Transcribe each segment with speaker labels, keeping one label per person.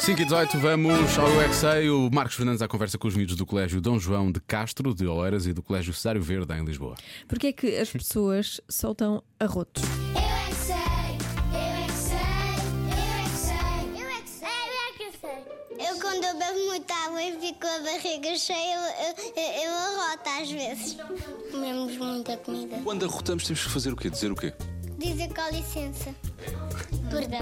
Speaker 1: 5 e 18, vamos ao UXA. O Marcos Fernandes à conversa com os miúdos do Colégio Dom João de Castro, de Oeiras, e do Colégio Cesário Verde, em Lisboa.
Speaker 2: Porquê é que as pessoas soltam arrotos?
Speaker 3: Eu é que sei, eu é que sei, eu é que sei, eu é que sei, eu é que sei, eu é que sei. Eu quando eu bebo muita água e fico com a barriga cheia, eu, eu, eu arroto às vezes. Comemos muita comida.
Speaker 4: Quando arrotamos, temos que fazer o quê? Dizer o quê?
Speaker 3: Dizem com licença. Perdão.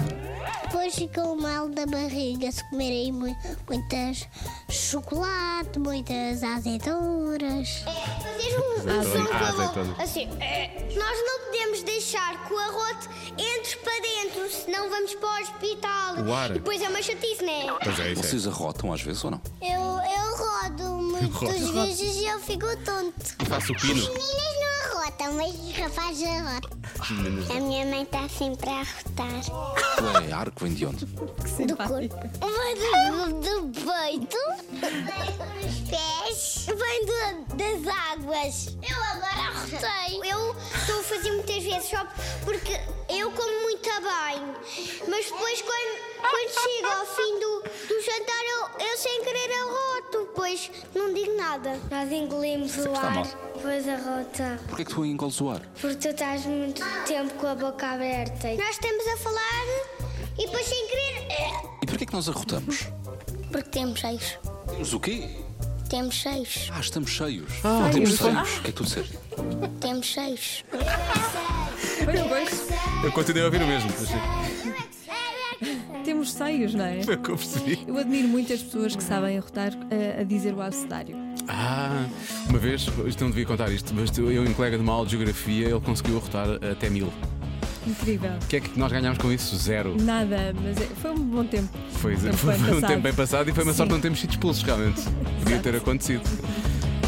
Speaker 3: Depois ficam mal da barriga se comerem muitas chocolate, muitas azeitonas. É, fazer um, um som com a mão. Assim, é. nós não podemos deixar que o arroto entre para dentro, senão vamos para o hospital.
Speaker 1: O ar.
Speaker 3: E Depois é uma chatice, não é?
Speaker 1: Pois é, isso é.
Speaker 4: Vocês arrotam às vezes ou não?
Speaker 3: Eu, eu rodo muitas vezes e eu fico tonto.
Speaker 1: E faço o pino.
Speaker 3: Meninas não arrotam, mas os rapazes arrotam. A minha mãe está sempre a arrotar.
Speaker 4: Aquilo é ar que vem de onde?
Speaker 3: Do corpo. Vem do, do peito. Vem dos pés. Vem do- das águas. Eu agora arrotei. Eu estou a fazer muitas vezes só porque eu como muito bem. Mas depois quando, quando chego ao fim do, do jantar eu, eu sem querer arroto. Pois não digo nada. Nós engolimos o
Speaker 4: é está ar, mal.
Speaker 3: depois arrotamos.
Speaker 4: Porquê é que tu engoles o ar?
Speaker 3: Porque tu estás muito tempo com a boca aberta. Nós estamos a falar e depois sem querer. eh,
Speaker 4: E porquê é que nós arrotamos?
Speaker 3: Porque temos seis.
Speaker 4: Temos o quê?
Speaker 3: Temos seis.
Speaker 4: Ah, estamos cheios. não temos seios. O que é que tu disseste?
Speaker 3: Temos seis.
Speaker 2: Pois, pois,
Speaker 1: Eu continuei a ouvir o mesmo.
Speaker 3: é
Speaker 2: temos seios, não é?
Speaker 1: Foi o que eu percebi.
Speaker 2: Eu admiro muitas pessoas que sabem arrotar eh, a, a dizer o abecedário.
Speaker 1: Ah, uma vez, isto não devia contar isto, mas eu, em colega de uma aula de geografia, ele conseguiu arrotar até mil. O
Speaker 2: Incrível.
Speaker 1: que é que nós ganhámos com isso? Zero.
Speaker 2: Nada, mas é- foi um bom tempo.
Speaker 1: Foi,
Speaker 2: Tempo
Speaker 1: foi
Speaker 2: bem
Speaker 1: um
Speaker 2: passado.
Speaker 1: tempo bem passado e foi uma
Speaker 2: Sim.
Speaker 1: sorte não termos sido expulsos, realmente. Podia ter acontecido.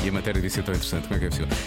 Speaker 1: E a matéria disso é tão interessante, como é que é possível?